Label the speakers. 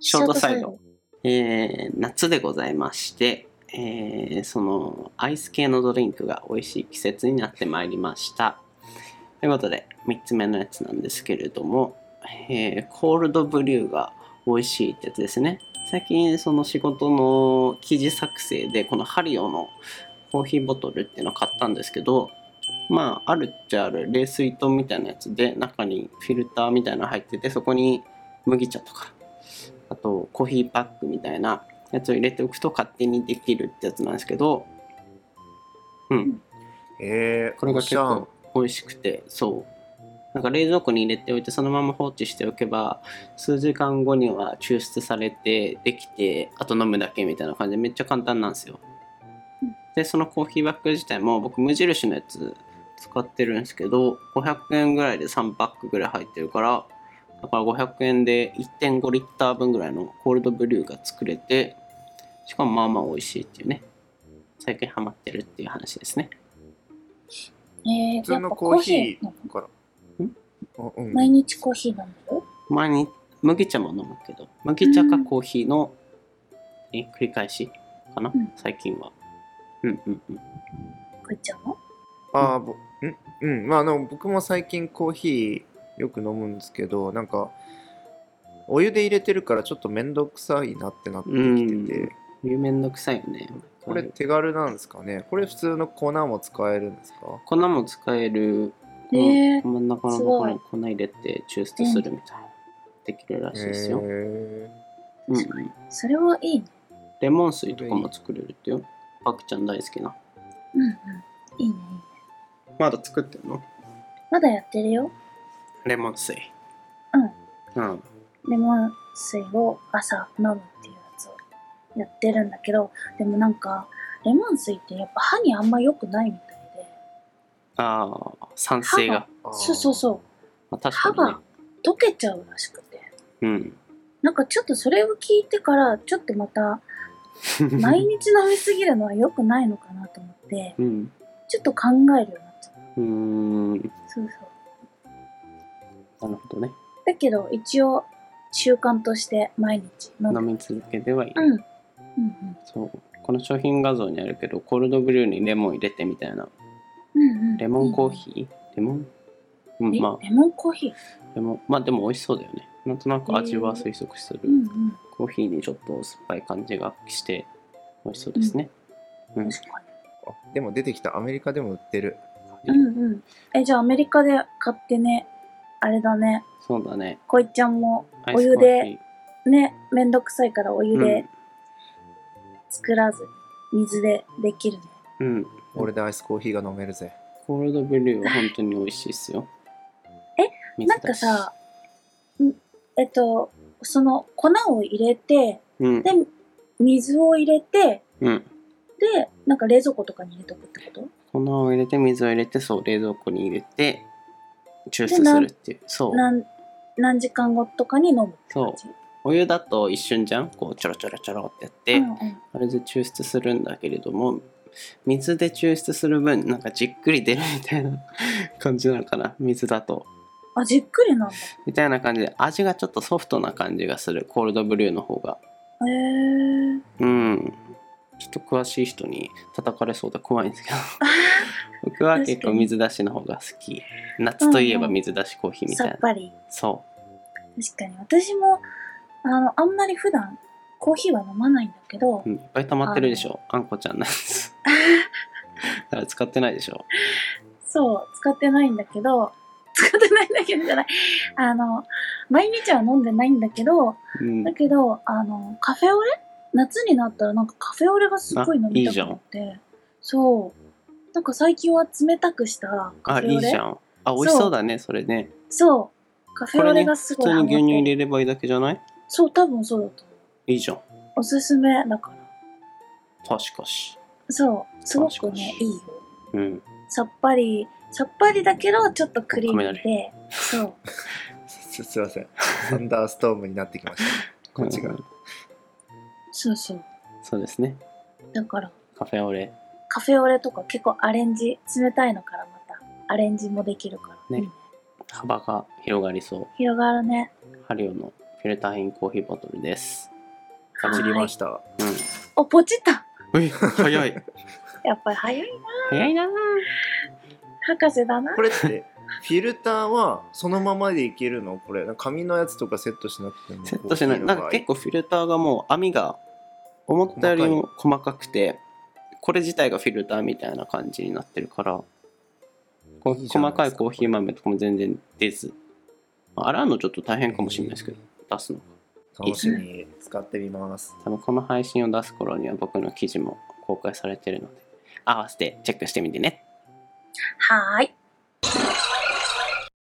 Speaker 1: ショートサイド。えー夏でございまして、えーそのアイス系のドリンクが美味しい季節になってまいりました。ということで3つ目のやつなんですけれども、えーコールドブリューが美味しいってやつですね。最近その仕事の記事作成でこのハリオのコーヒーボトルっていうのを買ったんですけどまああるっちゃある冷水筒みたいなやつで中にフィルターみたいなの入っててそこに麦茶とかあとコーヒーパックみたいなやつを入れておくと勝手にできるってやつなんですけどうん
Speaker 2: えー、
Speaker 1: これが
Speaker 2: おし
Speaker 1: 結
Speaker 2: ゃん
Speaker 1: 構。美味しくてそうなんか冷蔵庫に入れておいてそのまま放置しておけば数時間後には抽出されてできてあと飲むだけみたいな感じでめっちゃ簡単なんですよ
Speaker 3: うん
Speaker 1: でそのコーヒーバッグ自体も僕無印のやつ使ってるんですけど500円ぐらいで3パックぐらい入ってるからだから500円で1.5リッター分ぐらいのコールドブリューが作れてしかもまあまあ美味しいっていうね最近ハマってるっていう話ですね
Speaker 3: えー、
Speaker 2: 普通の
Speaker 3: やっぱ
Speaker 2: コーヒー
Speaker 3: 飲む
Speaker 2: だから。
Speaker 1: ん
Speaker 2: あうん
Speaker 3: 毎日コーヒー飲んでる
Speaker 1: 前に麦茶も飲むけど麦茶かコーヒーの、え繰り返しかな、
Speaker 3: うん
Speaker 1: 最近はうんうんうん
Speaker 3: くいちゃんも
Speaker 2: あーぼんうんまああの僕も最近コーヒーよく飲むんですけどなんかお湯で入れてるからちょっと面倒くさいなってなってき
Speaker 1: うん
Speaker 2: てて、
Speaker 1: 湯めんどくさいよね
Speaker 2: これ手軽なんですかねこれ普通の粉も使えるんですか
Speaker 1: 粉も使える、
Speaker 3: へえ
Speaker 1: 真ん中のところに粉入れて抽出するみたいな、できるらしいですよ、
Speaker 2: へ
Speaker 1: うん
Speaker 3: す
Speaker 1: うん、
Speaker 3: それはいいね
Speaker 1: レモン水とかも作れるってよパクちゃん大好きな
Speaker 3: うんうんいいねいいね
Speaker 1: まだ作ってるの
Speaker 3: まだやってるよ
Speaker 1: レモン水うんうん
Speaker 3: レモン水を朝飲むっていうやつをやってるんだけどでもなんかレモン水ってやっぱ歯にあんま良くないみたいで
Speaker 1: ああ酸性が、
Speaker 2: ー
Speaker 3: そうそうそ
Speaker 1: まあ、確かにね
Speaker 3: う溶けちゃうらしくて
Speaker 1: うん
Speaker 3: なんかちょっとそれを聞いてからちょっとま た毎日飲みすぎるのは良くないのかなと思って
Speaker 1: うん
Speaker 3: ちょっと考えるようになっちゃっ
Speaker 1: うーんな
Speaker 3: たそうそう
Speaker 1: るほどね
Speaker 3: だけど一応習慣として毎日飲んで
Speaker 1: 飲み続けてはいい、
Speaker 3: うんうんうん
Speaker 1: そうこの商品画像にあるけどコールドブリューにレモン入れてみたいな
Speaker 3: うんうん
Speaker 1: レモンコーヒーレモンう
Speaker 3: いいね
Speaker 1: んま
Speaker 3: えレモンコーヒー
Speaker 1: あレモンまあでも美味しそうだよねなんとなく味は推測する、
Speaker 3: うんうん
Speaker 1: コーヒーにちょっと酸っぱい感じがして美味しそうですね、うん
Speaker 3: 確か
Speaker 2: あでも出てきたアメリカでも売ってる
Speaker 3: にうんうんえじゃあアメリカで買ってねあれだね
Speaker 1: そうだね
Speaker 3: こいちゃんも
Speaker 1: アイ
Speaker 3: お
Speaker 1: ス
Speaker 3: 湯
Speaker 1: コーヒー
Speaker 3: でねめんどくさいからお湯で作らず水でできるね
Speaker 1: うん、うん、
Speaker 2: これでアイスコーヒーが飲めるぜ
Speaker 1: コールドブリューは本当に美味しいですよ
Speaker 3: え
Speaker 1: 水
Speaker 3: なん
Speaker 1: だ
Speaker 3: か
Speaker 1: し
Speaker 3: さんえっとその粉を入れて
Speaker 1: うん
Speaker 3: で水を入れて
Speaker 1: うん
Speaker 3: でなんか冷蔵庫とかに入れとくってこと
Speaker 1: 粉を入れて水を入れてそう冷蔵庫に入れて抽出するっていうそう
Speaker 3: 何何時間後とかに飲むって
Speaker 1: そう
Speaker 3: 感じ
Speaker 1: お湯だと一瞬じゃんこうちょろちょろちょろってやって、
Speaker 3: うんうん
Speaker 1: あれで抽出するんだけれども水で抽出する分なんかじっくり出るみたいな感じなのかな水だと
Speaker 3: あじっくりなんだ
Speaker 1: みたいな感じで味がちょっとソフトな感じがするコールドブリューの方が
Speaker 3: へえ
Speaker 1: うんちょっと詳しい人に叩かれそうで怖いんです けど僕は結構水出しの方が好き夏といえば水出しコーヒーみた
Speaker 3: さ
Speaker 1: いな、
Speaker 3: っぱり
Speaker 1: そ
Speaker 3: 確かに私もあのあんまり普段コーヒーは飲まないんだけど、
Speaker 1: う、うん、いっぱい溜まってるでしょあんこちゃんのやつ だから使ってないでしょ
Speaker 3: そう使ってないんだけど 使ってないんだけどじゃないあの毎日は飲んでないんだけど
Speaker 1: うん
Speaker 3: だけどあのカフェオレ夏になったらなんかカフェオレがすっごい飲みたくなってそうなんか最近は冷たくしたカ
Speaker 1: あ
Speaker 3: フ
Speaker 1: い
Speaker 3: ェオ
Speaker 1: い
Speaker 3: レ
Speaker 1: じゃんあ美味しそうだねそれね
Speaker 3: そうカフ
Speaker 1: こ
Speaker 3: ェオ
Speaker 1: れ
Speaker 3: レ
Speaker 1: に
Speaker 3: が
Speaker 1: 普
Speaker 3: す
Speaker 1: 通
Speaker 3: ごい
Speaker 1: に牛乳入
Speaker 3: れ
Speaker 1: れればいいだけじゃない
Speaker 3: そう多分そうだと思
Speaker 1: いいじゃん
Speaker 3: うおすすめだから
Speaker 1: 確かし
Speaker 3: そうすごく
Speaker 1: 確か
Speaker 3: ね
Speaker 1: に
Speaker 3: いいよ
Speaker 1: うん
Speaker 3: さっぱりさっぱりだけどちょっとクリーミーでそう
Speaker 2: すすいませんサンダーストームになってきましたこっちが
Speaker 1: うん
Speaker 3: そうそう
Speaker 1: そうですね
Speaker 3: だから
Speaker 1: カフェオレ
Speaker 3: カフェオレとか結構アレンジ冷たいのからまたアレンジもできるから、
Speaker 1: ね幅が広がりそう
Speaker 3: 広がるね
Speaker 1: ハリオのフィルターインコーヒーボトルです。
Speaker 3: はい
Speaker 2: 散りました、
Speaker 3: お、ポチった
Speaker 1: うん。え、早い。
Speaker 3: やっぱり早いな。
Speaker 1: 早いなぁ
Speaker 3: 博士だな。
Speaker 2: これってフィルターはそのままでいけるのこれなんか紙のやつとかセットしなくても
Speaker 1: セットしない。
Speaker 2: コーヒーの
Speaker 1: なん
Speaker 2: 場
Speaker 1: か
Speaker 2: 合
Speaker 1: 結構フィルターがもう網が思ったよりも細かくて、これ自体がフィルターみたいな感じになってるから、こ
Speaker 2: いいじゃな
Speaker 1: 細
Speaker 2: いですか
Speaker 1: かいコーヒー豆とかも全然出ず、まあ洗うのちょっと大変かもしれないですけど、出すの。
Speaker 2: 楽しみに使ってみます
Speaker 1: 多分この配信を出す頃には僕の記事も公開されてるので、合わせてチェックしてみてね。
Speaker 3: はーい。